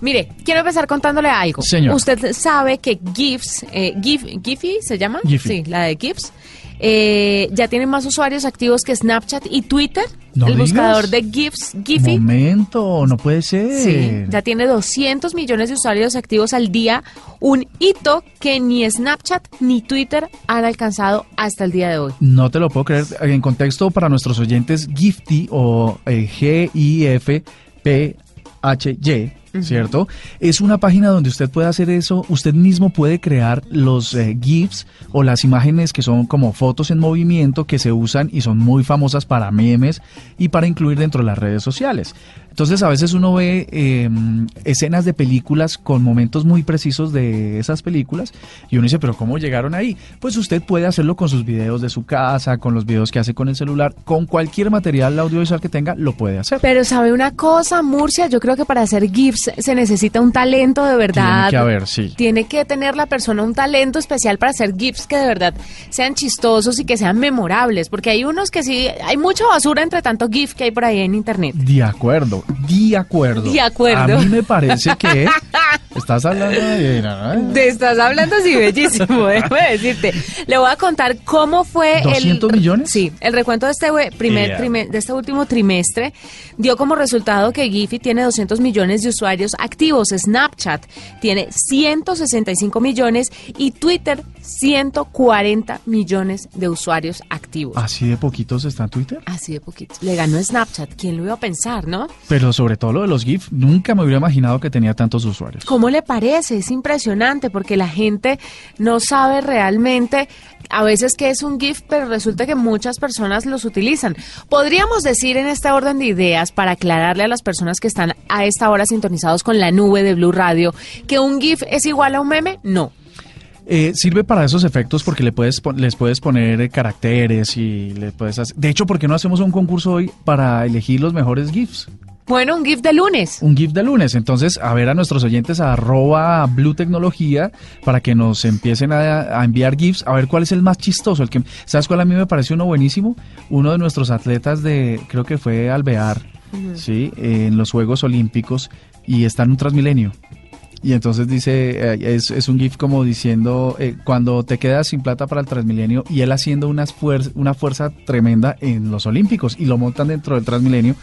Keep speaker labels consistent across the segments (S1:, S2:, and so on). S1: Mire, quiero empezar contándole algo.
S2: Señor.
S1: Usted sabe que GIFs, eh, GIF, Giphy se llama,
S2: Giphy.
S1: sí, la de GIFs, eh, ya tiene más usuarios activos que Snapchat y Twitter.
S2: No
S1: el
S2: digas.
S1: buscador de GIFs, Giphy.
S2: Momento, no puede ser.
S1: Sí, ya tiene 200 millones de usuarios activos al día, un hito que ni Snapchat ni Twitter han alcanzado hasta el día de hoy.
S2: No te lo puedo creer. En contexto para nuestros oyentes, Gifty o eh, G-I-F-P-H-Y, ¿cierto? Es una página donde usted puede hacer eso. Usted mismo puede crear los eh, GIFs o las imágenes que son como fotos en movimiento que se usan y son muy famosas para memes y para incluir dentro de las redes sociales. Entonces a veces uno ve eh, escenas de películas con momentos muy precisos de esas películas y uno dice, pero ¿cómo llegaron ahí? Pues usted puede hacerlo con sus videos de su casa, con los videos que hace con el celular, con cualquier material audiovisual que tenga, lo puede hacer.
S1: Pero sabe una cosa, Murcia, yo creo que para hacer GIFs se necesita un talento de verdad.
S2: Tiene que haber, sí.
S1: Tiene que tener la persona un talento especial para hacer GIFs que de verdad sean chistosos y que sean memorables, porque hay unos que sí, hay mucha basura entre tanto GIF que hay por ahí en internet.
S2: De acuerdo, de acuerdo.
S1: De acuerdo.
S2: A mí me parece que estás hablando de...
S1: Te estás hablando así bellísimo, déjame decirte. Le voy a contar cómo fue
S2: ¿200
S1: el
S2: millones?
S1: Sí, el recuento de este we- primer
S2: Yeah.
S1: trime- de este último trimestre dio como resultado que Giphy tiene 200 millones de usuarios activos, Snapchat tiene 165 millones y Twitter 140 millones de usuarios activos.
S2: Así de poquitos está en Twitter.
S1: Así de poquito. Le ganó Snapchat, ¿quién lo iba a pensar, no?
S2: Pero sobre todo lo de los GIF, nunca me hubiera imaginado que tenía tantos usuarios.
S1: ¿Cómo le parece? Es impresionante porque la gente no sabe realmente a veces qué es un GIF, pero resulta que muchas personas los utilizan. Podríamos decir en este orden de ideas, para aclararle a las personas que están a esta hora sintonizados con la nube de Blue Radio, que un GIF es igual a un meme. No.
S2: Eh, sirve para esos efectos porque le puedes pon- les puedes poner eh, caracteres y le puedes hacer... De hecho, ¿por qué no hacemos un concurso hoy para elegir los mejores GIFs?
S1: Bueno, un GIF de lunes.
S2: Un GIF de lunes. Entonces, a ver a nuestros oyentes a arroba Blue Tecnología para que nos empiecen a, a enviar GIFs, a ver cuál es el más chistoso. El que, ¿Sabes cuál a mí me parece uno buenísimo? Uno de nuestros atletas de, creo que fue Alvear, ¿sí? Eh, en los Juegos Olímpicos y está en un Transmilenio. Y entonces dice, eh, es, es un GIF como diciendo, eh, cuando te quedas sin plata para el Transmilenio y él haciendo unas fuer- una fuerza tremenda en los Olímpicos y lo montan dentro del Transmilenio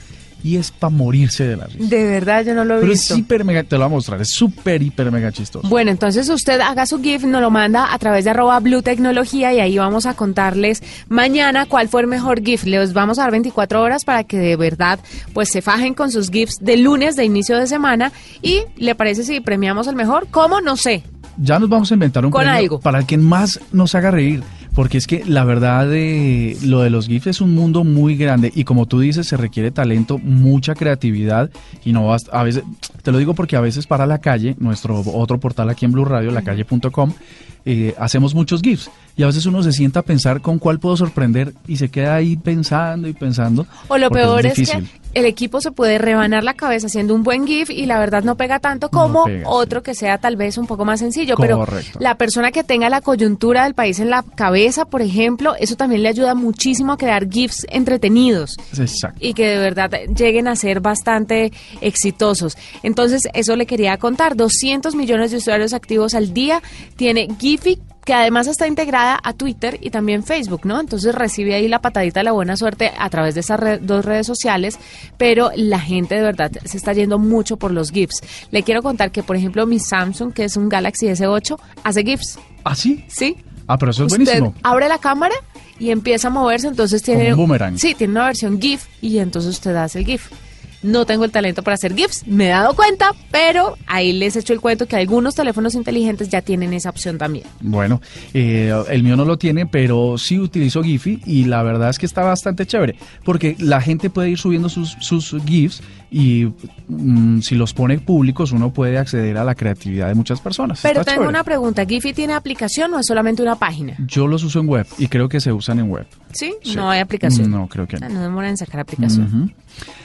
S2: y es para morirse de la risa.
S1: De verdad, yo no lo he
S2: Pero
S1: visto.
S2: es hiper mega, te lo voy a mostrar, es súper hiper mega chistoso.
S1: Bueno, entonces usted haga su GIF, nos lo manda a través de arroba Blue Tecnología y ahí vamos a contarles mañana cuál fue el mejor GIF. Les vamos a dar 24 horas para que de verdad pues se fajen con sus GIFs de lunes de inicio de semana y le parece si premiamos el mejor, ¿cómo? No sé.
S2: Ya nos vamos a inventar un
S1: Con
S2: premio
S1: algo.
S2: para el que más nos haga reír, porque es que la verdad de lo de los GIFs es un mundo muy grande y como tú dices se requiere talento, mucha creatividad y no basta- a veces te lo digo porque a veces para la calle, nuestro otro portal aquí en Blue Radio, lacalle.com, eh, hacemos muchos GIFs y a veces uno se sienta a pensar con cuál puedo sorprender y se queda ahí pensando y pensando.
S1: O lo
S2: porque
S1: peor es, que
S2: difícil.
S1: el equipo se puede rebanar la cabeza haciendo un buen GIF y la verdad no pega tanto como
S2: pega, sí.
S1: otro que sea tal vez un poco más sencillo.
S2: Correcto.
S1: Pero la persona que tenga la coyuntura del país en la cabeza, por ejemplo, eso también le ayuda muchísimo a crear GIFs entretenidos
S2: Exacto.
S1: y que de verdad lleguen a ser bastante exitosos. Entonces, eso le quería contar. 200 millones de usuarios activos al día tiene Giphy, que además está integrada a Twitter y también Facebook, ¿no? Entonces recibe ahí la patadita de la buena suerte a través de esas red- dos redes sociales, pero la gente de verdad se está yendo mucho por los GIFs. Le quiero contar que, por ejemplo, mi Samsung, que es un Galaxy S8, hace GIFs,
S2: ¿Así?
S1: ¿sí?
S2: Ah, pero eso es
S1: Usted
S2: buenísimo.
S1: abre la cámara y empieza a moverse, entonces tiene
S2: Como un boomerang.
S1: Sí, tiene una versión GIF y entonces usted hace el GIF. No tengo el talento para hacer GIFs, me he dado cuenta, pero ahí les echo el cuento que algunos teléfonos inteligentes ya tienen esa opción también.
S2: Bueno, eh, el mío no lo tiene, pero sí utilizo Giphy y la verdad es que está bastante chévere, porque la gente puede ir subiendo sus, sus GIFs y mm, si los pone públicos uno puede acceder a la creatividad de muchas personas.
S1: Pero
S2: Está
S1: tengo
S2: chévere.
S1: una pregunta, ¿Giphy tiene aplicación o es solamente una página?
S2: Yo los uso en web y creo que se usan en web.
S1: ¿Sí?
S2: Sí.
S1: No hay aplicación.
S2: No, creo que no.
S1: Ah, No demoran en sacar aplicación.
S2: Ujú.